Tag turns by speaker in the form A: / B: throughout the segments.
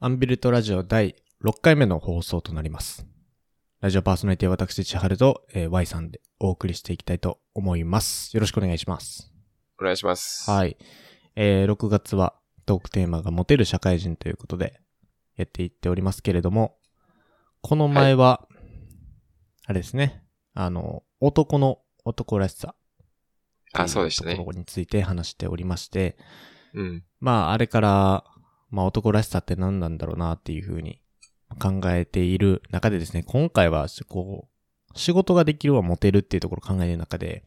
A: アンビルトラジオ第6回目の放送となります。ラジオパーソナリティは私、千春と、えー Y さんでお送りしていきたいと思います。よろしくお願いします。
B: お願いします。い。
A: はい。えー6月はトークテーマがモテる社会人ということでやっていっておりますけれども、この前は、あれですね、あの、男の男らしさ。
B: あ、そうでしたね。
A: について話しておりまして、
B: うん。
A: まあ、あれから、まあ、男らしさって何なんだろうなっていうふうに考えている中でですね、今回は、こう、仕事ができるはモテるっていうところを考えてる中で、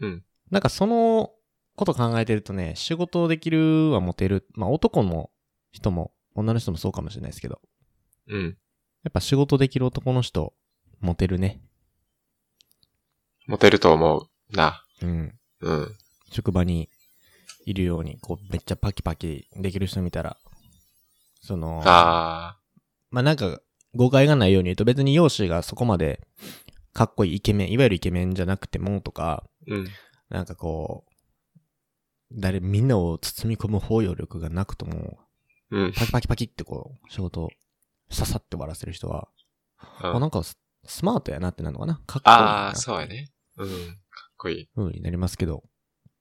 B: うん。
A: なんかそのこと考えてるとね、仕事できるはモテる、まあ、男の人も、女の人もそうかもしれないですけど、
B: うん。
A: やっぱ仕事できる男の人、モテるね。
B: モテると思う。な。
A: うん。
B: うん。
A: 職場にいるように、こう、めっちゃパキパキできる人見たら、その、
B: あ
A: まあなんか誤解がないように言うと別に容姿がそこまでかっこいいイケメン、いわゆるイケメンじゃなくてもとか、
B: ー。うん。
A: なんかこう、誰、みんなを包み込む包容力がなくとも、
B: うん。
A: パキパキパキってこう、仕事をささって終わらせる人は、あ、
B: うん
A: なんかススマートやなってなるのかなかっこいい
B: あ
A: な
B: ー、そうや。ね。うん。かっこいい。
A: うん、になりますけど、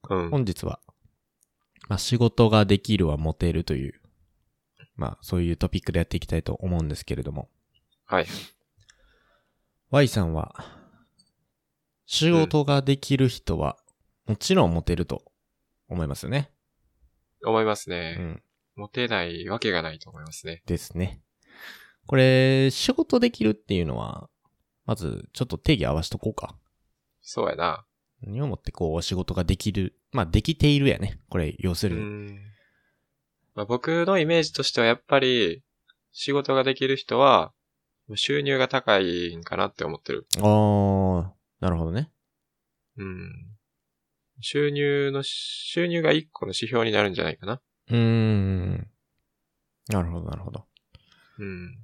B: うん。
A: 本日は、まあ仕事ができるはモテるという、まあそういうトピックでやっていきたいと思うんですけれども、
B: はい。
A: Y さんは、仕事ができる人は、もちろんモテると思いますよね。
B: 思います
A: う
B: ね。
A: ん。
B: モテないわけがないと思いますね。
A: ですね。これ、仕事できるっていうのは、まず、ちょっと定義合わしとこうか。
B: そうやな。
A: 何をもってこう、仕事ができる。まあ、できているやね。これ、要す
B: う
A: るに。
B: ん。まあ、僕のイメージとしてはやっぱり、仕事ができる人は、収入が高いんかなって思ってる。
A: あー、なるほどね。
B: うん。収入の、収入が一個の指標になるんじゃないかな。
A: うーん。なるほど、なるほど。
B: うん。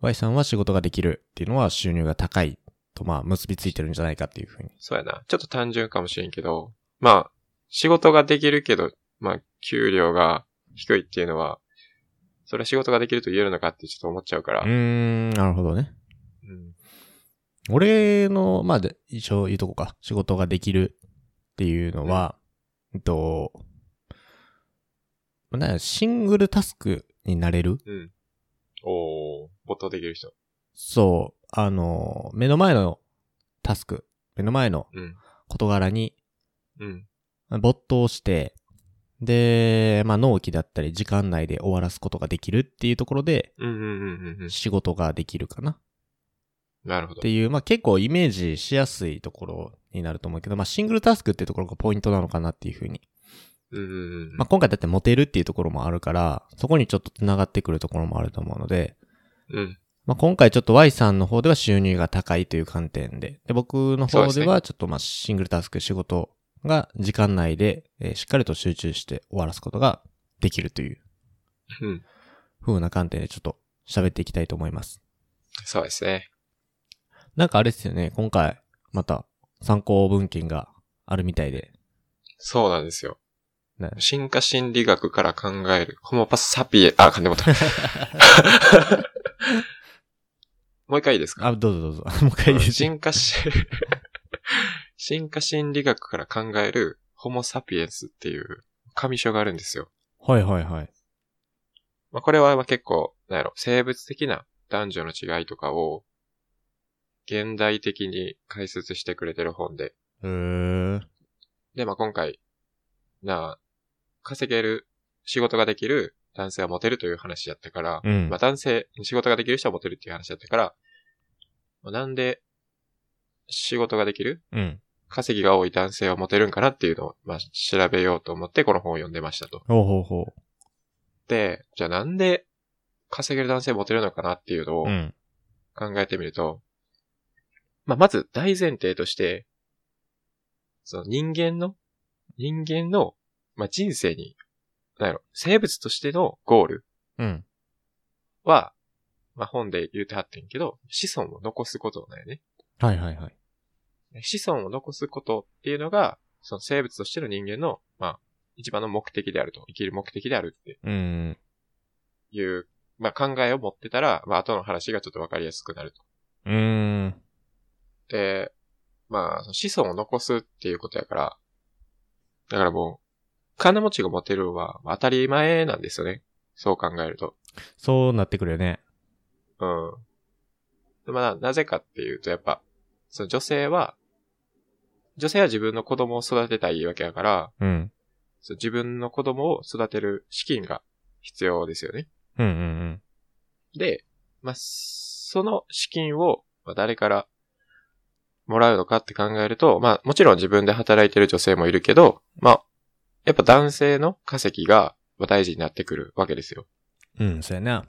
A: Y さんは仕事ができるっていうのは、収入が高いと、まあ、結びついてるんじゃないかっていうふうに。
B: そうやな。ちょっと単純かもしれんけど、まあ、仕事ができるけど、まあ、給料が低いっていうのは、それは仕事ができると言えるのかってちょっと思っちゃうから。
A: うーん、なるほどね。
B: うん
A: 俺の、まあ、で一応言うとこか。仕事ができるっていうのは、えっと、なんやシングルタスクになれる
B: うん。おー、没頭できる人。
A: そう、あの、目の前のタスク、目の前の
B: うん。
A: 事柄に
B: うん。
A: 没頭して、で、まあ、納期だったり時間内で終わらすことができるっていうところで、
B: うんうんうんうんうん。
A: 仕事ができるかな。
B: なるほ
A: っ
B: ど
A: て。いう、まあ、結構イメージしやすいところになると思うけど、まあ、シングルタスクってところがポイントなのかなっていうふうに。
B: うんうんうん。
A: まあ、今回だってモテるっていうところもあるから、そこにちょっと繋がってくるところもあると思うので、
B: うん。
A: まあ、今回ちょっと Y さんの方では収入が高いという観点で、で僕の
B: そう
A: 方
B: です
A: で
B: ね
A: はちょっとまあ、シングルタスク仕事が時間内で、えーしっかりと集中して終わらすことができるという
B: うん。
A: 風な観点でちょっと喋っていきたいと思います。
B: そうですね。
A: なんかあれですよね、今回また参考文献があるみたいで、
B: そうなんですよ。
A: ね
B: 進化心理学から考える。ホモパスサピエ、あ、噛んで もうた。 もう一回いいですか
A: あ、どうぞどうぞ。 もう一回いいです
B: 進化し、 進化心理学から考えるホモサピエンスっていう紙書があるんですよ。
A: はいはいはい。
B: まあ、これはまあ結構、なんやろ、生物的な男女の違いとかを現代的に解説してくれてる本で。
A: うーん。
B: で、まあ、今回、なあ、稼げる、仕事ができる男性はモテるという話やったから、
A: うん
B: まあ、男性、仕事ができる人はモテるっていう話やったから、まあ、なんで、仕事ができる
A: うん。
B: 稼ぎが多い男性はモテるんかなっていうのを、まあ、調べようと思ってこの本を読んでましたと。
A: ほうほうほ
B: で、じゃあなんで稼げる男性モテるのかなっていうのを
A: う。うん。
B: 考えてみると、まあ、まず大前提として、その人間の、人間の、まあ、人生に、なんやろ、生物としてのゴール
A: うん。
B: は、まあ、本で言うてはってんけど、子孫を残すことなんよね。
A: はいはいはい。
B: 子孫を残すことっていうのが、その生物としての人間の、まあ、一番の目的であると、生きる目的であるって
A: うん。
B: いう、まあ、考えを持ってたら、まあ、後の話がちょっとわかりやすくなると。
A: うーん。
B: で、まあ、その子孫を残すっていうことやから、だからもう、金持ちが持てるのはまあ当たり前なんですよね。そう考えると。
A: そうなってくるよね。
B: うん。でまあ、なぜかっていうと、やっぱ、その女性は、女性は自分の子供を育てたいわけだから、
A: うん。
B: その自分の子供を育てる資金が必要ですよね。
A: うんうん
B: で、まあ、その資金を、まあ、誰からもらうのかって考えると、まあ、もちろん自分で働いてる女性もいるけど、まあ、やっぱ男性の稼ぎがまあ大事になってくるわけですよ。
A: うん。うん、そうやな。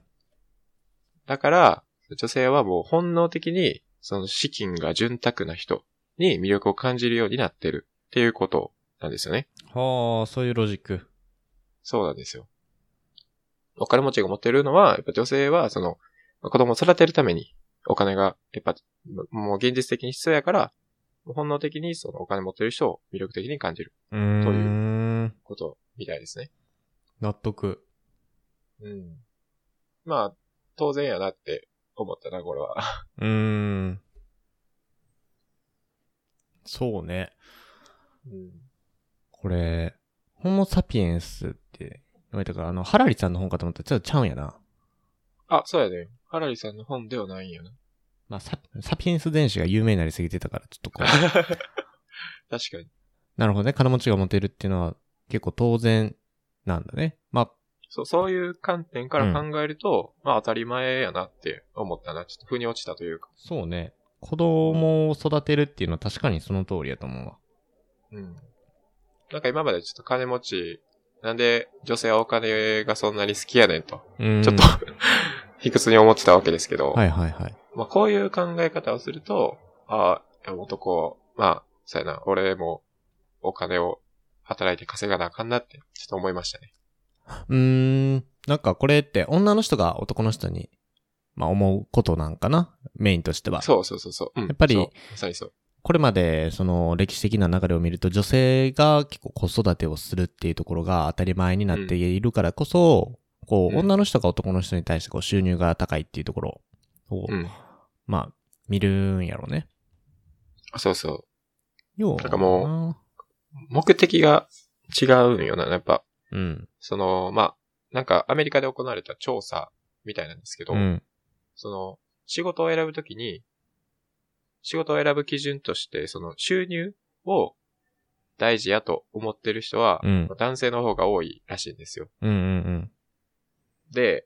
B: だから、女性はもう本能的に、その資金が潤沢な人に魅力を感じるようになってるっていうことなんですよね。
A: はあ、そういうロジック。
B: そうなんですよ。お金持ちが持ってるのは、やっぱ女性は、その、子供を育てるために、お金が、やっぱ、もう現実的に必要やから、本能的にそのお金持ってる人を魅力的に感じる
A: うーん。
B: ことみたいですね。
A: 納得。
B: うん。まあ、当然やなって思ったな、これは。
A: うーん。そうね。
B: うん。
A: これ、ホモサピエンスって言われたから、あの、ハラリさんの本かと思ったらちょっとちゃうんやな。
B: あ、そうやね。ハラリさんの本ではないんやな。
A: まあ、ササピエンス電子が有名になりすぎてたから、ちょっとこう。
B: 確かに。
A: なるほどね。金持ちが持てるっていうのは結構当然なんだね。まあ、
B: そう、そういう観点から考えると、まあ当たり前やなって思ったな。ちょっと腑に落ちたというか。
A: そうね。子供を育てるっていうのは確かにその通りやと思うわ。
B: うん。なんか今までちょっと金持ち、なんで女性はお金がそんなに好きやねんと、
A: うん
B: ちょっと卑屈に思ってたわけですけど、
A: はいはいはい。
B: まあこういう考え方をすると、ああ、男、まあ、そうやな、俺もお金を働いて稼がなあかんなって、ちょっと思いましたね。
A: うーん。なんかこれって女の人が男の人に、まあ思うことなんかなメインとしては。
B: そうそうそうそう。うん、
A: やっぱり
B: そうまさにそう。
A: これまで、その歴史的な流れを見ると、女性が結構子育てをするっていうところが当たり前になっているからこそ、こ
B: う
A: う、
B: ん
A: 女の人が男の人に対してこう収入が高いっていうところを、
B: うん。
A: まあ、見るんやろね。
B: そうそう。
A: よう。
B: なんかも目的が違うんよな。やっぱ、
A: う、うん。
B: その、まあ、なんかアメリカで行われた調査みたいなんですけど、
A: うん。
B: その、仕事を選ぶときに、仕事を選ぶ基準として、その収入を大事やと思ってる人は
A: う、ん。
B: 男性の方が多いらしいんですよ。
A: うんうん
B: で、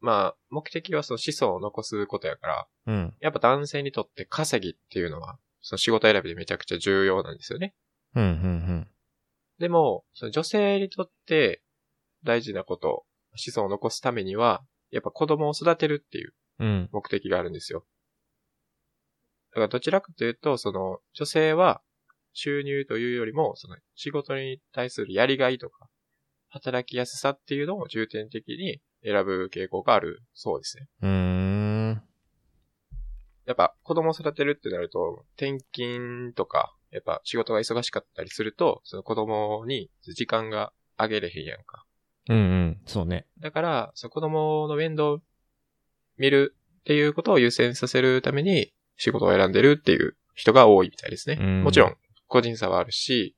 B: まあ、目的はその子孫を残すことやから、
A: うん。うん。
B: やっぱ男性にとって稼ぎっていうのは、その仕事選びでめちゃくちゃ重要なんですよね。
A: うんうん
B: でも、その女性にとって大事なこと、子孫を残すためには、やっぱ子供を育てるっていう
A: うん。うん。
B: 目的があるんですよ。だからどちらかというと、その女性は収入というよりも、その仕事に対するやりがいとか、働きやすさっていうのを重点的に選ぶ傾向があるそうですね。
A: うーん。
B: やっぱ子供を育てるってなると、転勤とか、やっぱ仕事が忙しかったりすると、その子供に時間があげれへんやんか。
A: うんうん。そうね。
B: だから、その子供の面倒を見るっていうことを優先させるために仕事を選んでるっていう人が多いみたいですね。
A: うん
B: もちろん、個人差はあるし、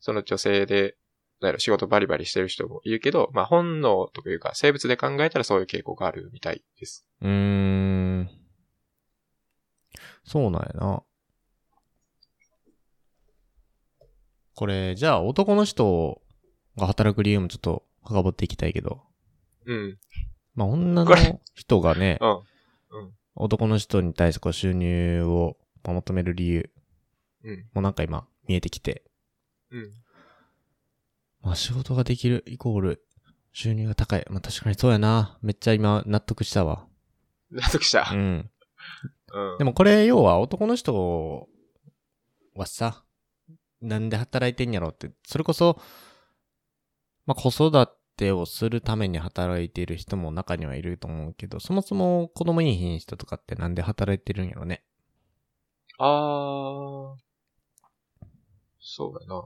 B: その女性で、なんやろ仕事バリバリしてる人もいるけど、まあ本能というか生物で考えたらそういう傾向があるみたいです。
A: うーん。そうなんやな。これ、じゃあ男の人が働く理由もちょっと深掘っていきたいけど。
B: うん。
A: まあ、女
B: こ
A: の
B: れ
A: 人がね
B: う、ん。
A: 男の人に対してこう収入をまあ求める理由
B: うん。
A: もなんか今見えてきて、
B: うん。
A: まあ、仕事ができるイコール収入が高い。まあ、確かにそうやな。めっちゃ今納得したわ。
B: 納得した
A: う。ん。
B: うん。
A: でもこれ要は男の人はさ、なんで働いてんやろって、それこそ、まあ子育てをするために働いている人も中にはいると思うけど、そもそも子供いい品人とかってなんで働いてるんやろね。
B: あー。そうやな。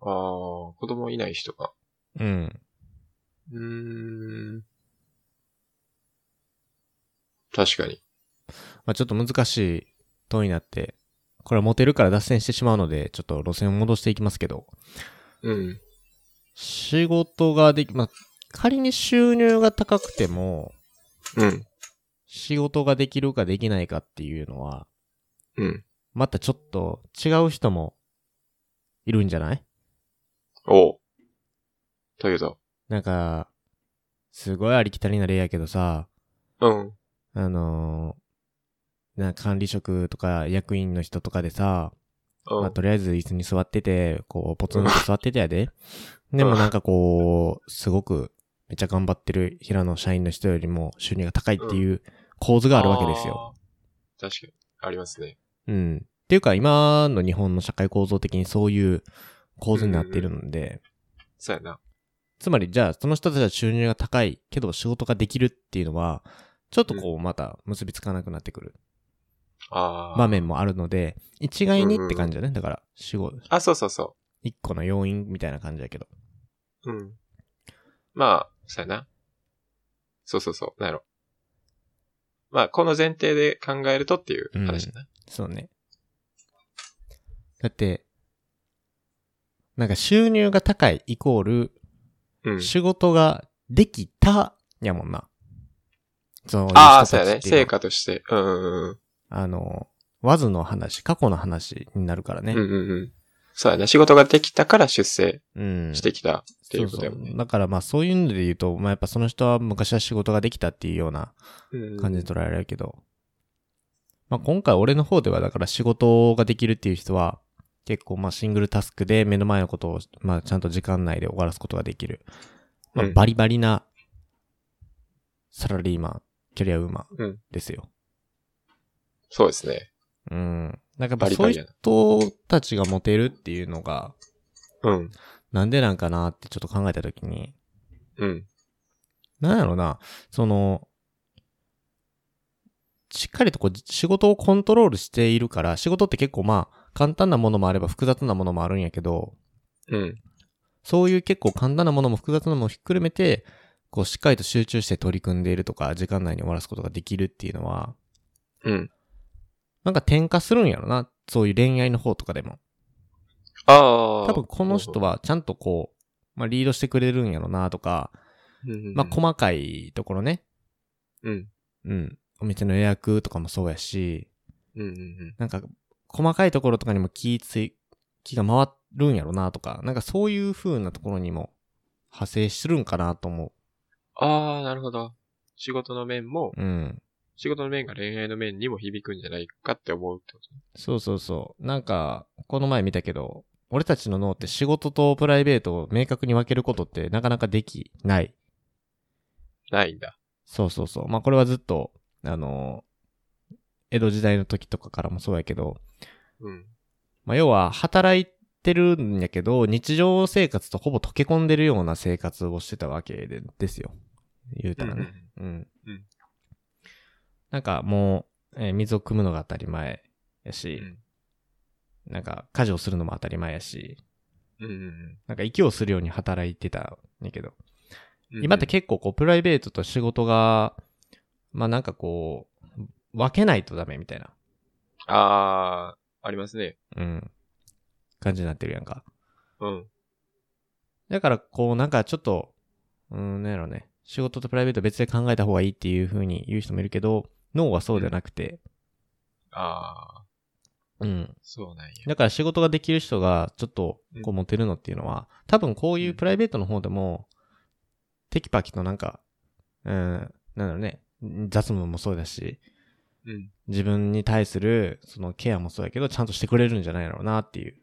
B: あー、子供いない人が。
A: うん。
B: うーん。確かに。
A: まあ、ちょっと難しい問いになって、これはモテるから脱線してしまうので、ちょっと路線を戻していきますけど、
B: うん。
A: 仕事ができ、まあ、仮に収入が高くても、
B: うん。
A: 仕事ができるかできないかっていうのは、
B: うん。
A: またちょっと違う人もいるんじゃない
B: おう。というと。
A: なんか、すごいありきたりな例やけどさ、
B: うん。
A: あのーなんか管理職とか役員の人とかでさ、
B: うん。
A: まあ、とりあえず椅子に座ってて、こう、ポツンと座っててやで。でもなんかこう、すごく、めっちゃ頑張ってる平野社員の人よりも収入が高いっていう構図があるわけですよ。
B: あー。確かに。ありますね。
A: うん。っていうか、今の日本の社会構造的にそういう構図になっているので、
B: そうやな。
A: つまり、じゃあ、その人たちは収入が高いけど仕事ができるっていうのは、ちょっとこう、また結びつかなくなってくる
B: ああ。
A: 場面もあるので、一概にって感じだね。だから、仕事、
B: あ、そうそうそ
A: 一個の要因みたいな感じだけど。
B: う。うん。まあ、そうやな。そうそうそう。なんやろ。まあ、この前提で考えるとっていう話だな。
A: そうね。だって、なんか収入が高いイコール、
B: うん。
A: 仕事ができた、やもんな。そういう人
B: ああ、
A: たち
B: そうやね。
A: ってい
B: 成
A: うのは
B: 果として。うんうん
A: あの、わずの話、過去の話になるから
B: うん。
A: ね
B: う。んうんうん。そうやね。仕事ができたから出世
A: うん。
B: してきたっていうこと
A: そ
B: や
A: う
B: もん
A: そ
B: ね
A: う。だからまあそういうので言うと、まあやっぱその人は昔は仕事ができたっていうような
B: うん
A: 感じで捉えられるけど、まあ今回俺の方ではだから仕事ができるっていう人は、結構まあシングルタスクで目の前のことを、まあちゃんと時間内で終わらすことができる。まあ
B: うん
A: バリバリなサラリーマン、キャリアウーマ
B: う
A: ン
B: ん
A: ですよ。
B: そうですね。
A: うん。なんかやっぱ
B: バリ
A: そう
B: バリ
A: い
B: や
A: う人たちがモテるっていうのが、
B: うん。
A: なんでなんかなってちょっと考えたときに、
B: うん。
A: なんやろな、その、しっかりとこう仕事をコントロールしているから、仕事って結構まあ、簡単なものもあれば複雑なものもあるんやけど、
B: うん。
A: そういう結構簡単なものも複雑なものもひっくるめて、こうしっかりと集中して取り組んでいるとか、時間内に終わらすことができるっていうのは、
B: うん。
A: なんか転化するんやろな。そういう恋愛の方とかでも。
B: ああ。
A: 多分この人はちゃんとこう、まあリードしてくれるんやろなとか、
B: うんうんうん、
A: まあ細かいところね。
B: うん。
A: うん。お店の予約とかもそうやし、
B: うんうんうん。
A: なんか、細かいところとかにも気つい、気が回るんやろなとか、なんかそういう風なところにも派生するんかなと思
B: ああ、なるほど。仕事の面も、
A: う。うん。
B: 仕事の面が恋愛の面にも響くんじゃないかって思うってこ
A: そうそうそう。なんか、この前見たけど、俺たちの脳って仕事とプライベートを明確に分けることってなかなかできない。
B: とないんだ。
A: そうそうそう。まあこれはずっと、あの、江戸時代の時とかからもそうやけど、
B: うん。
A: まあ、要は働いてるんやけど、日常生活とほぼ溶け込んでるような生活をしてたわけでですよ。言うたらね。うん。
B: うん
A: なんかもう、えー水を汲むのが当たり前やし、なんか家事をするのも当たり前やし、
B: うんうんうん
A: なんか息をするように働いてたんやけど、
B: うん。
A: 今って結構こうプライベートと仕事が、まあなんかこう、分けないとダメみたいな、
B: ああ、ありますね。
A: うん、感じになってるやんか。
B: うん。
A: だから、こう、なんかちょっと、うーん、なんやろね。仕事とプライベート別で考えた方がいいっていう風に言う人もいるけど、脳はそうじゃなくて、
B: ああ、
A: うん。
B: そうなんや。
A: だから仕事ができる人が、ちょっと、こう、モテるのっていうのは、多分こういうプライベートの方でも、テキパキとなんか、うん、なんだろうね。雑務もそうだし、
B: うん。
A: 自分に対する、そのケアもそうだけど、ちゃんとしてくれるんじゃないだろうなっていう、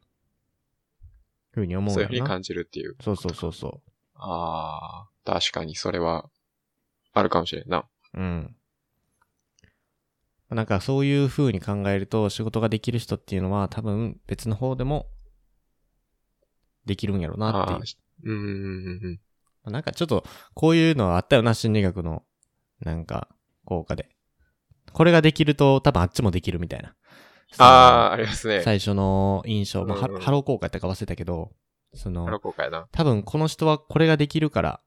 A: ふうに思う
B: そういう
A: よ
B: ふうに
A: な。
B: 感じるっていう。
A: そうそうそうそう。
B: ああ、確かにそれは、あるかもしれんな。
A: うん。なんかそういう風に考えると仕事ができる人っていうのは多分別の方でもできるんやろうなってい
B: あ
A: う
B: あ。ー、うんうんうんうん。
A: まあなんかちょっとこういうのはあったよな、心理学のなんか効果で。これができると多分あっちもできるみたいな。
B: ああ、あります
A: その
B: ね。
A: 最初の印象、まあ、ハ
B: うんうん
A: ハロー効果やったか忘れたけど、そ
B: あの
A: の、
B: 公開な。
A: 多分この人はこれができるから、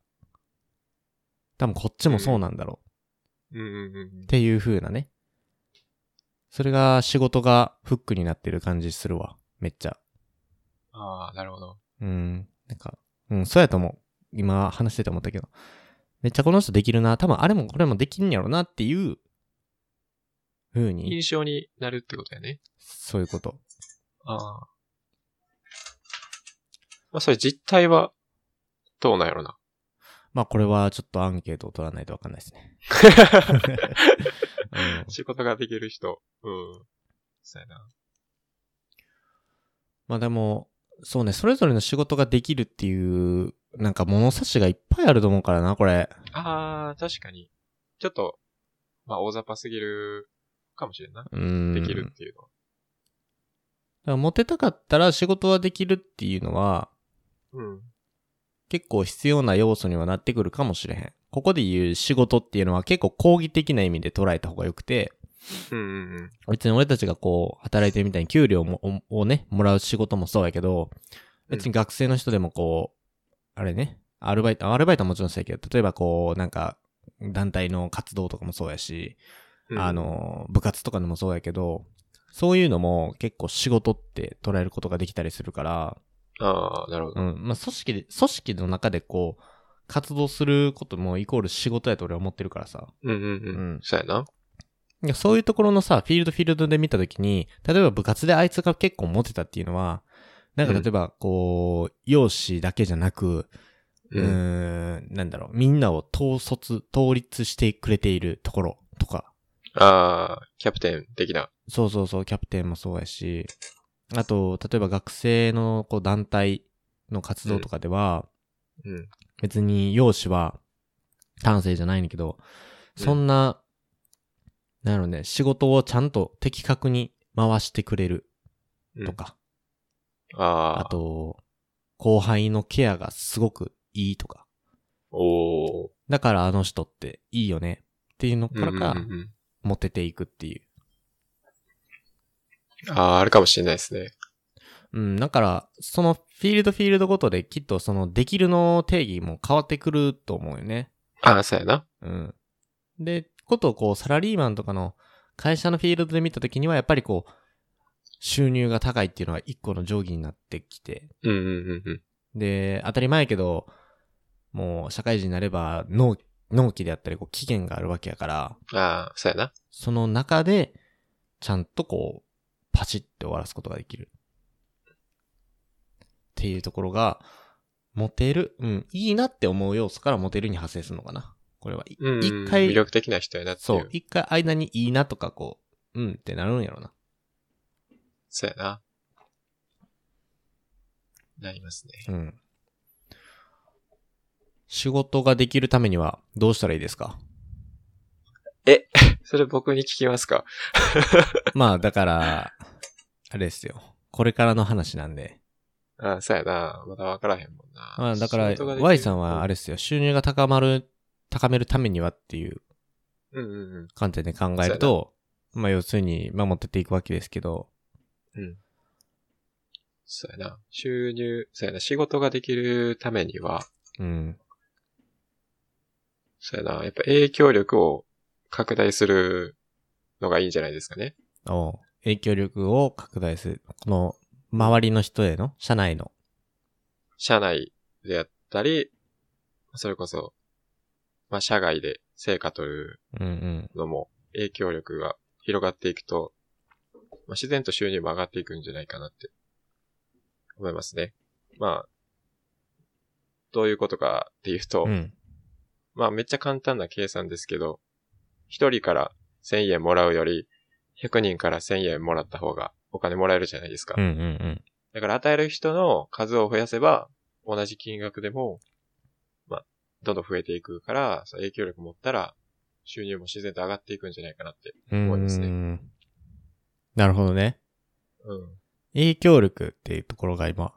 A: 多分こっちもそうなんだろう。
B: うんうんうんうん
A: っ。ていう風なね。それが仕事がフックになってる感じするわ。めっちゃ。
B: ああ、なるほど。
A: うん。なんか、うん、そうやと思う。今話してて思ったけど。めっちゃこの人できるな。多分あれもこれもできんやろなっていう、風に、
B: 印象になるってことやね。
A: そういうこと。
B: ああ。まあ、それ実態は、どうなんやろな。
A: まあこれはちょっとアンケートを取らないとわかんないですね。うん
B: 仕事ができる人。うん。そうやな。
A: まあでも、そうね、それぞれの仕事ができるっていう、なんか物差しがいっぱいあると思うからな、これ。
B: ああ、確かに。ちょっと、まあ、大雑把すぎるかもしれんな。
A: うん。
B: できるっていうのは。
A: だからモテたかったら仕事はできるっていうのは、
B: うん。
A: 結構必要な要素にはなってくるかもしれへん。ここで言う仕事っていうのは結構講義的な意味で捉えた方がよくて、
B: うんうんうん。
A: 別に俺たちがこう、働いてるみたいに給料もををね、もらう仕事もそうやけど、別に学生の人でもこう、あれね、アルバイト、アルバイトはもちろんそうやけど、例えばこう、なんか、団体の活動とかもそうやし、
B: うん
A: あ、の、部活とかでもそうやけど、そういうのも結構仕事って捉えることができたりするから、
B: ああ、なるほど。
A: うん。まあ、組織で、組織の中でこう、活動することもイコール仕事やと俺は思ってるからさ。
B: うんうん
A: う
B: うん。
A: ん。
B: そうやな。
A: いやそういうところのさ、フィールドフィールドで見たときに、例えば部活であいつが結構モテたっていうのは、なんか
B: うん
A: 例えば、こう、容姿だけじゃなく、う
B: うん。
A: ーん、なんだろう、みんなを統率、統率してくれているところとか、
B: ああ、キャプテン的な。
A: そうそうそう、キャプテンもそうやし、あと、例えば学生のこう団体の活動とかでは、
B: うん。
A: 別に容姿は単性じゃないんだけど、
B: うん
A: そんな、なんやろね、仕事をちゃんと的確に回してくれるとか、
B: あ
A: あ
B: あ。
A: と、後輩のケアがすごくいいとか、
B: おお。
A: だからあの人っていいよねっていうのからか
B: うん、うんうん
A: モテていくっていう。
B: ああ、あるかもしれないですね。
A: うん、だから、そのフィールドフィールドごとできっとそのできるの定義も変わってくると思うよね。
B: ああ、そうやな。
A: うん。で、ことをこう、サラリーマンとかの会社のフィールドで見たときには、やっぱりこう、収入が高いっていうのは一個の定規になってきて、
B: うんうんうんうん。
A: で、当たり前やけど、もう社会人になれば納、納期であったり、こう、期限があるわけやから、
B: ああ、そうやな。
A: その中で、ちゃんとこう、パチって終わらすことができる。っていうところが、モテる、うん、いいなって思う要素からモテるに派生するのかな。これは、い
B: うんうん。
A: 一回
B: 魅力的な人やなってい。
A: そうう。一回間にいいなとか、こう、うんってなるんやろな。
B: そうやな。なりますね。
A: うん。仕事ができるためにはどうしたらいいですか
B: それ僕に聞きますか
A: まあ、だから、あれですよ。これからの話なんで。
B: ああ、そうやな。まだわからへんもんな。
A: まあ、だから、
B: 仕事ができる
A: Y さんはあれですよ。収入が高まる、高めるためにはっていう
B: うんうんうん。
A: 観点で考えると、まあ、要するに守ってっていくわけですけど、
B: そうやな。収入、そうやな。仕事ができるためには、
A: うん。
B: そうやな。やっぱ影響力を拡大するのがいいんじゃないですかね。
A: お影響力を拡大する。この、周りの人への、社内の。
B: 社内であったり、それこそ、まあ、社外で成果取る
A: うんうん。
B: のも影響力が広がっていくと、まあ、自然と収入も上がっていくんじゃないかなって思いますね。まあ、どういうことかっていうと、
A: うん。
B: まあめっちゃ簡単な計算ですけど、一人から1000円もらうより、100人から1000円もらった方がお金もらえるじゃないですか。
A: うんうんうん。
B: だから与える人の数を増やせば、同じ金額でも、まあ、どんどん増えていくから、その影響力持ったら、収入も自然と上がっていくんじゃないかなって。
A: うん
B: 思いますね
A: なるほどね。
B: うん。
A: 影響力っていうところが今、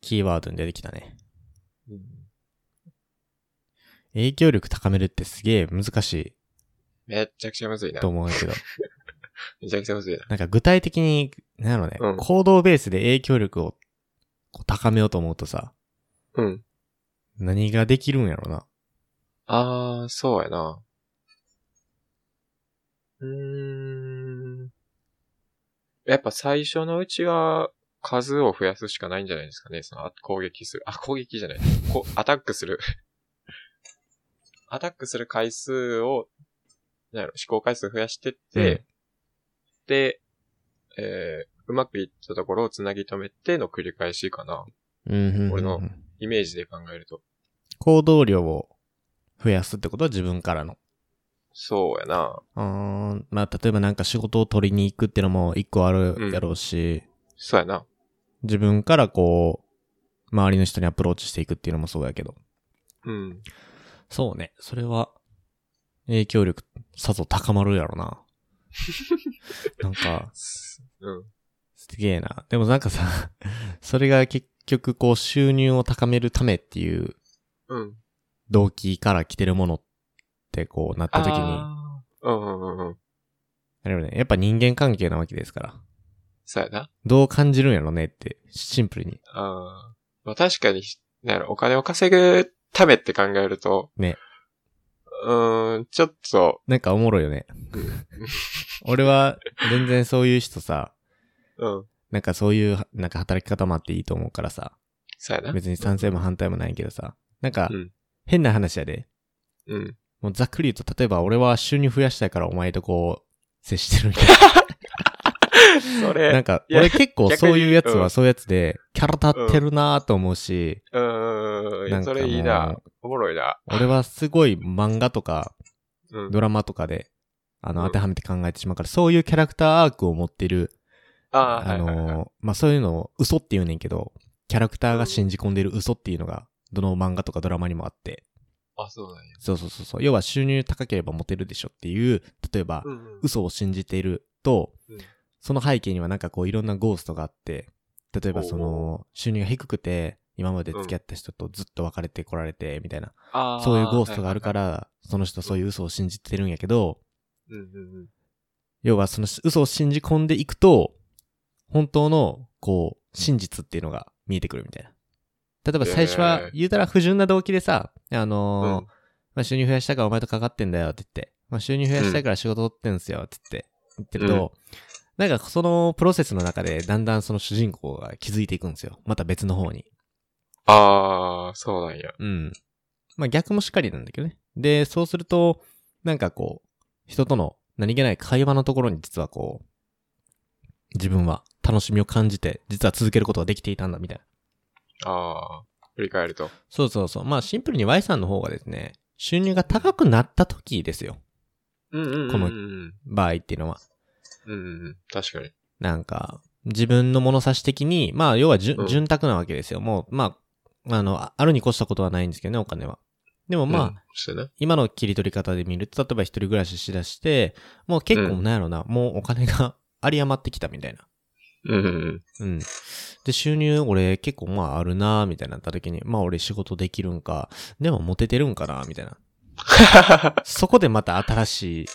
A: キーワードに出てきたね。
B: うん、
A: 影響力高めるってすげえ難し
B: めっちゃくちゃむずい
A: い
B: な
A: と。思うけ ど、
B: めちゃくちゃむずいな。
A: なんか具体的に、なんやろ
B: う
A: ね、
B: ん
A: 行動ベースで影響力をこう高めようと思うとさ、
B: うん。
A: 何ができるんやろな。
B: あー、そうやな。うーん。やっぱ最初のうちは数を増やすしかないんじゃないですかね。そのあ攻撃する。あ、攻撃じゃない。こアタックする。アタックする回数を、なんやろ、試行回数増やしてって、
A: うん
B: で、えー、うまくいったところをつなぎ止めての繰り返しかな。
A: うんうんうんうん
B: 俺のイメージで考えると。
A: 行動量を増やすってことは自分からの。
B: そうやな。
A: うーん。まあ、例えばなんか仕事を取りに行くってのも一個あるやろうし、
B: そうやな。
A: 自分からこう、周りの人にアプローチしていくっていうのもそうやけど。
B: うん。
A: そうね。それは、影響力、さぞ高まるやろ な。なんか、
B: うん。
A: すげえな。でもなんかさ、 それが結局こう収入を高めるためっていう
B: うん。
A: 動機から来てるものってこうなった時に、あ
B: あーうんうんうんうん。
A: れよね、やっぱ人間関係なわけですから。
B: そうやな。
A: どう感じるんやろねって、シンプルに。
B: あーまあ確かに、なんやろ、お金を稼ぐためって考えると。
A: ね。
B: うーん、ちょっと、
A: なんかおもろいよね。 俺は全然そういう人さ、
B: うん。
A: なんかそういう、なんか働き方もあっていいと思うからさ、
B: そうやな。
A: 別に賛成も反対もないけどさ、なんか
B: うん
A: 変な話やで。
B: うん。
A: もうざっくり言うと、例えば俺は収入増やしたいからお前とこう、接してるみたいな。
B: そ
A: なん
B: れ、
A: か、
B: いや
A: 俺結構
B: 逆に
A: そういうやつ
B: う
A: は
B: ん
A: そういうやつで、キャラ立ってるなぁと思うし、
B: うーん
A: なんか
B: それいいな
A: も。
B: おもろいな。
A: 俺はすごい漫画とか
B: うん。
A: ドラマとかで、あの、
B: うん
A: 当てはめて考えてしまうから、そういうキャラクターアークを持ってる、
B: あー
A: あ
B: はいはいはい
A: の、まあ、そういうのを嘘って言うねんけど、キャラクターが信じ込んでる嘘っていうのが、どの漫画とかドラマにもあって、
B: あ、そうなんや。
A: そうそうそうそう、要は収入高ければモテるでしょっていう、例えば、
B: うんうん。
A: 嘘を信じていると、
B: うん
A: その背景にはなんかこういろんなゴーストがあって、例えばそ
B: お
A: の収入が低くて、今まで付き合った人とずっと別れてこられて、みたいな、
B: あー
A: そういうゴーストがあるか。ら、その人そういう嘘を信じてるんやけど、
B: はいはいはいうんうんうん。
A: 要はその嘘を信じ込んでいくと、本当のこう、真実っていうのが見えてくるみたいな。例えば最初は
B: へー
A: 言うたら不純な動機でさ、あ
B: う
A: のー
B: ん
A: まあ、収入増やしたからお前とかかってんだよって言って、まあ、収入増やしたいから仕事取ってんすよって言って、言ってると、なんかそのプロセスの中でだんだんその主人公が気づいていくんですよ。また別の方に。
B: あー、そうなんや。
A: うん。まあ、逆もしっかりなんだけどね。で、そうすると、なんかこう、人との何気ない会話のところに実はこう、自分は楽しみを感じて、実は続けることができていたんだみたいな。
B: あー、振り返ると。
A: そうそうそう。まあ、シンプルに Y さんの方がですね、収入が高くなった時ですよ。
B: うんうんうんうん。
A: この
B: うん
A: 場合っていうのは。
B: うんうん。確かに。
A: なんか、自分の物差し的に、まあ、要はじゅ、
B: うん
A: 潤沢なわけですよ。もう、まあ、あの、ああるに越したことはないんですけどね、お金は。でもまあ、
B: うん、そうやな。
A: 今の切り取り方で見ると、例えば一人暮らししだして、もう結構
B: う
A: なんやろな、もうお金が 有り余ってきたみたいな。
B: うんうんうん。
A: うん。で、収入俺結構まああるなみたいになった時に、まあ俺仕事できるんか、でもモテてるんかなみたいな。そこでまた新しい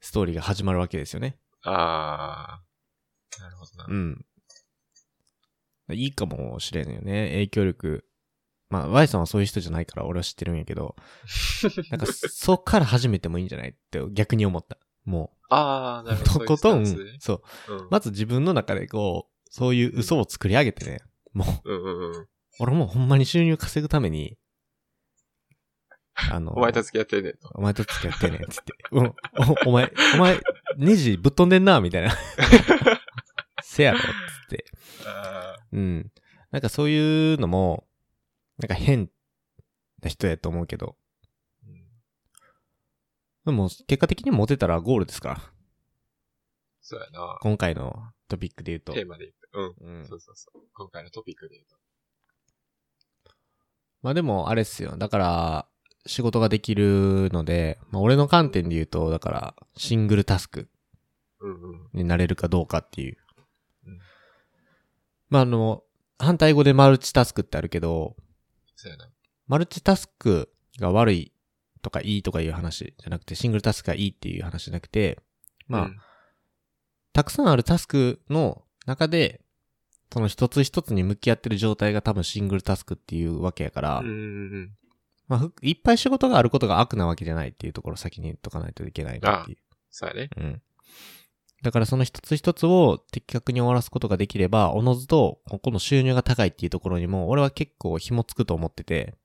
A: ストーリーが始まるわけですよね。
B: あー。なるほどな。
A: うん。いいかもしれんよね。影響力。まあ、Y さんはそういう人じゃないから俺は知ってるんやけど、なんかそっから始めてもいいんじゃないって逆に思った。も
B: あー、なる
A: う、
B: ほど。
A: とことん
B: そういうスタンスね、
A: そう。
B: うん
A: まず自分の中でこう、そういう嘘を作り上げてね、もう、
B: うんうんうん。
A: 俺もうほんまに収入稼ぐために、あの、
B: お前と付き合ってんねんと。
A: お前と付き合ってね、つって。うん、お、お前、お前、ネジぶっ飛んでんな、みた いな。せやろ、つって。
B: あ
A: うん。なんかそういうのも、なんか変な人やと思うけど。
B: ーうん
A: でも、結果的にモテたらゴールですから。
B: そうやな。
A: 今回のトピックで言うと。
B: テーマで言うと。
A: う
B: うんん。そうそうそう。今回のトピックで言うと。
A: まあでも、あれっすよ。だから、仕事ができるので、まあ俺の観点で言うと、だから、シングルタスク
B: うんうん。
A: になれるかどうかっていう
B: うん。
A: まああの、反対語でマルチタスクってあるけど、
B: そうやな。
A: マルチタスクが悪いとかいいとかいう話じゃなくて、シングルタスクがいいっていう話じゃなくて、まあ、
B: うん
A: たくさんあるタスクの中で、その一つ一つに向き合ってる状態が多分シングルタスクっていうわけやから、
B: うんうんうん。
A: まあ、ふいっぱい仕事があることが悪なわけじゃないっていうところを先に言っとかないといけないなっていう。
B: そうやね。
A: うん。だからその一つ一つを的確に終わらすことができれば、おのずと、ここの収入が高いっていうところにも、俺は結構紐つくと思ってて、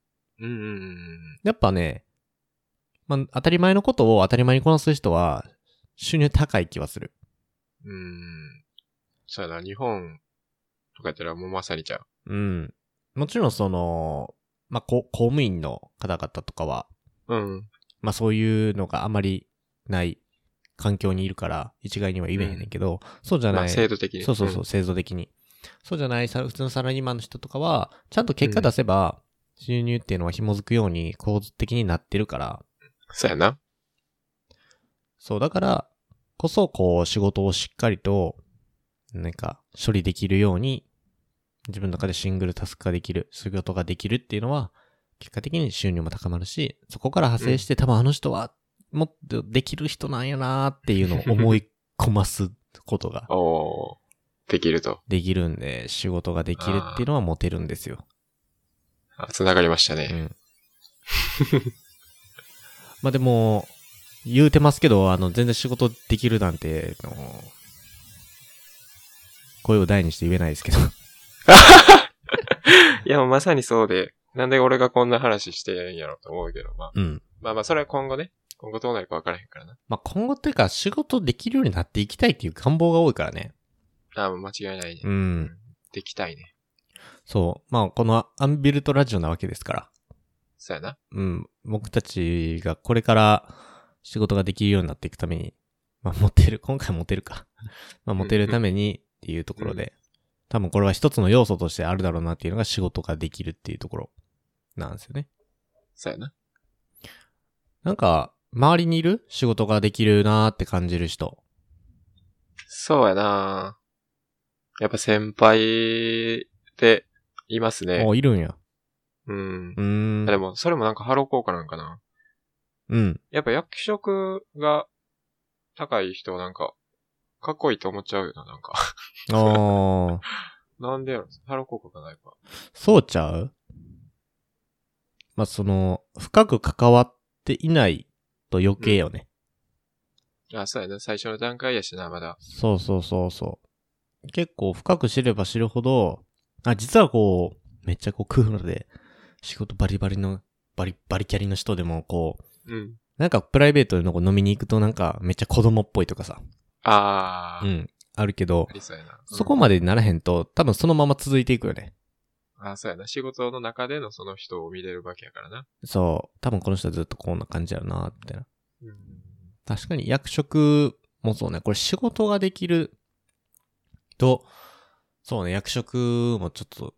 B: うんうんうんうん。
A: やっぱね、まあ、当たり前のことを当たり前にこなす人は、収入高い気はする。
B: うん。そうやな、日本とかやったらもうまさにちゃう。
A: うん。もちろんその、まあ、こ公務員の方々とかは、
B: うん。
A: まあそういうのがあまりない環境にいるから、一概には言えへんねんけど、そうじゃ
B: ま
A: な
B: あ、
A: い。
B: 制度的に。
A: そうそうそう、制度的に。そうじゃないさ普通のサラリーマンの人とかは、ちゃんと結果出せば、収入っていうのは紐づくように構図的になってるから、
B: そうやな。
A: そう、だから、こそ、こう、仕事をしっかりと、なんか、処理できるように、自分の中でシングルタスクができる、仕事ができるっていうのは、結果的に収入も高まるし、そこから派生して、多分あの人は、もっとできる人なんやなーっていうのを思い込ますことが
B: おー、できると。
A: できるんで、仕事ができるっていうのはモテるんですよ。
B: あ、繋がりました
A: う
B: ね。
A: ん。 まあでも、言うてますけど、あの、全然仕事できるなんて、あの声を大にして言えないですけど。
B: いや、もうまさにそうで、なんで俺がこんな話してんやろと思うけど、まあ、
A: うん。
B: まあまあ、それは今後ね。今後どうなるか分からへんからな。
A: まあ今後っていうか、仕事できるようになっていきたいっていう願望が多いからね。
B: ああ、もう間違いないね。
A: うん。
B: できたいね。
A: そう。まあこのアンビルトラジオなわけですから。
B: そうやな。
A: うん。僕たちがこれから仕事ができるようになっていくために、まあ、モテる、今回モテるか。 まあ、モテるためにっていうところで、多分これは一つの要素としてあるだろうなっていうのが仕事ができるっていうところなんですよね。
B: そうやな。
A: なんか、周りにいる仕事ができるなーって感じる人。
B: そうやな。やっぱ先輩で、いますね。
A: お、いるんや。
B: うん
A: う。ーん。
B: でも、それもなんかハロー効果なんかな。
A: うん。
B: やっぱ役職が高い人なんか、かっこいいと思っちゃうよな、なんか。
A: あ ー。
B: なんでやろハロー効果がないか。
A: そうちゃうまあ、その、深く関わっていないと余計よね。
B: あ、そうやな。最初の段階やしな、まだ。
A: そうそうそうそう。結構深く知れば知るほど、あ、実はこう、めっちゃこうクールで、仕事バリバリの、バリバリキャリの人でもこう、
B: うん。
A: なんかプライベートでのこう飲みに行くとなんかめっちゃ子供っぽいとかさ、
B: あ
A: う
B: ー。
A: ん、あるけど
B: あ、りそうやな。
A: そこ
B: で。
A: までならへんと多分そのまま続いていくよね。
B: あ、そうやな。仕事の中でのその人を見れるわけやからな。
A: そう、多分この人はずっとこんな感じやろな、みたいな。
B: うん。
A: 確かに役職もそうね、これ仕事ができると、そうね、役職もちょっと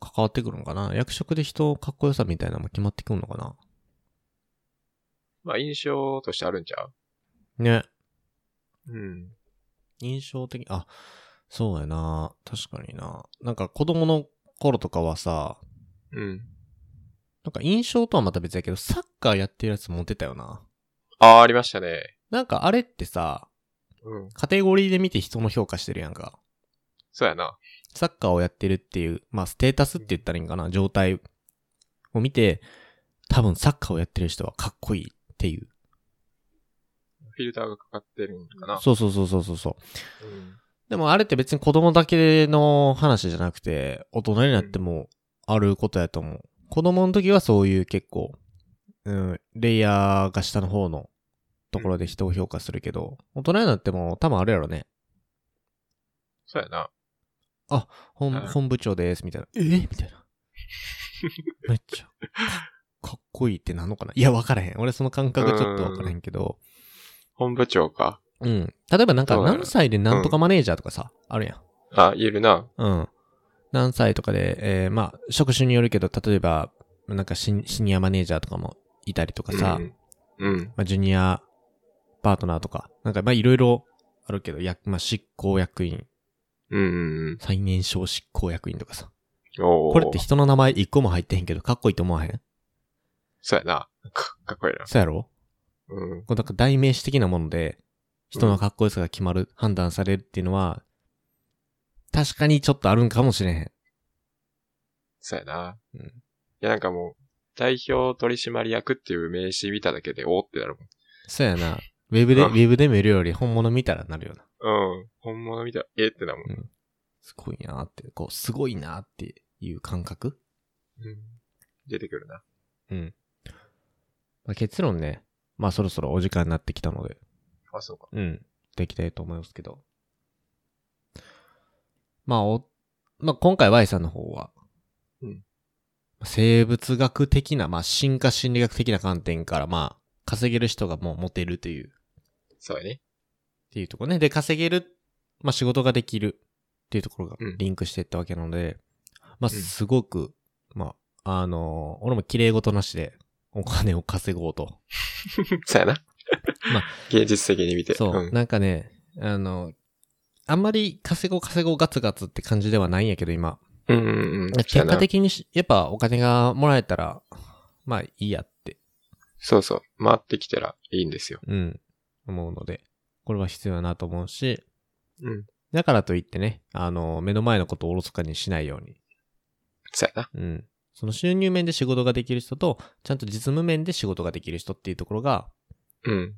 A: 関わってくるのかな。役職で人かっこよさみたいなのも決まってくるのかな。
B: まあ、印象としてあるんちゃう
A: ね。
B: うん。
A: 印象的、あ、そうやな。確かにな。なんか子供の頃とかはさ、
B: うん。
A: なんか印象とはまた別やけど、サッカーやってるやつモテたよな。
B: あー、ありましたね。
A: なんかあれってさ、
B: うん。
A: カテゴリーで見て人の評価してるやんか。
B: そうやな。
A: サッカーをやってるっていう、まあ、ステータスって言ったらいいんかな、状態を見て、多分サッカーをやってる人はかっこいいっていう。
B: フィルターがかかってるんかな。
A: そうそうそうそうそうそう。
B: うん。
A: でもあれって別に子供だけの話じゃなくて、大人になってもあることやと思う。子供の時はそういう結構、うん、レイヤーが下の方のところで人を評価するけど、大人になっても多分あるやろね。
B: そうやな。
A: 本、
B: うん
A: 本部長です、みたいな。えみたいな。 めっちゃ、かっこいいってなのかないや、わからへん。俺その感覚ちょっとわからへんけど。
B: 本部長か。
A: うん。例えばなんか
B: そうだね
A: 何歳でなんとかマネージャーとかさ、あるやん。
B: あ、いるな。
A: うん。何歳とかで、えー、まあ、職種によるけど、例えば、なんかシニシニアマネージャーとかもいたりとかさ、
B: うん。うん。
A: まあ、ジュニアパートナーとか、なんかまあいろいろあるけど、やまあ、執行役員、
B: うんうん
A: 最年少執行役員とかさ。
B: うん。おー
A: これって人の名前一個も入ってへんけど、かっこいいと思わへん
B: そうやな。かかっこいい な。
A: そうやろ
B: うん。
A: こうなんか代名詞的なもので、人のかっこよさが決まる、判断されるっていうのは、確かにちょっとあるんかもしれへん。
B: そうやな。
A: うん
B: いや、なんかもう、代表取締役っていう名刺見ただけで、おーってなる
A: そうやな。ウェブで、
B: う
A: ウ
B: ん
A: ェブで見るより本物見たらなるよな。
B: もん。うん。本物見たら、えーってなるもん。
A: すごいなって、こう、すごいなっていう感覚
B: うん、出てくるな。
A: うん。まあ、結論ね、まあそろそろお時間になってきたので、
B: あ、そうか。
A: うん、できたいと思いますけど。まあ、お、まあ今回 Y さんの方は、
B: うん
A: 生物学的な、まあ進化心理学的な観点から、まあ稼げる人がもうモテるという、
B: そ うやね。
A: っていうところね。で、稼げる、まあ仕事ができるっていうところが
B: うん
A: リンクしていったわけなので、まあ
B: うん
A: すごく、まあ、あのー俺も綺麗事なしでお金を稼ごうと。
B: そうやな。
A: まあ、
B: 現実的に見て。
A: そう、
B: ん、
A: なんかね、あの、あんまり稼ごう稼ごうガツガツって感じではないんやけど今。
B: うんうんうん。
A: 結果
B: そうやな
A: 的にしやっぱお金がもらえたら、まあいいやって、
B: そうそう。回ってきたらいいんですよ。
A: うん、思うので、これは必要だなと思うし、
B: うん。
A: だからといってね、あの、目の前のことをおろそかにしないように。
B: そうやな。
A: うん。その収入面で仕事ができる人と、ちゃんと実務面で仕事ができる人っていうところが、
B: うん。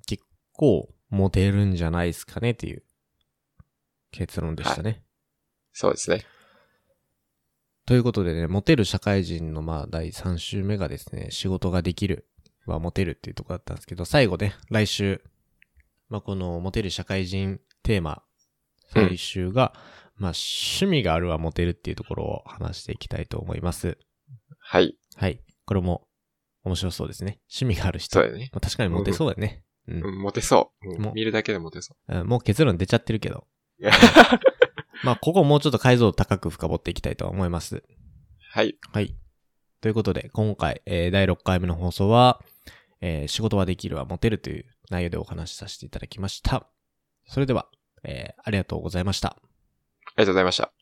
A: こう、モテるんじゃないですかねっていう結論でしたね。
B: そうですね。
A: ということでね、モテる社会人のまあ第3週目がですね、仕事ができるはモテるっていうところだったんですけど、最後ね、来週、まあこのモテる社会人テーマ、
B: うん
A: 最終が、まあ趣味があるはモテるっていうところを話していきたいと思います。
B: はい。
A: はい。これも面白そうですね。趣味がある人
B: そう。やね。
A: まあ確かにモテそうだね。うん
B: うん、モテそう。うん
A: もう
B: 見るだけでモテそ
A: うんもう結論出ちゃってるけど。
B: う。
A: まあ、ここもうちょっと解像度高く深掘っていきたいと思います。
B: はい。
A: はい。ということで、今回、えー第6回目の放送は、えー仕事はできるはモテるという内容でお話しさせていただきました。それでは、えーありがとうございました。
B: ありがとうございました。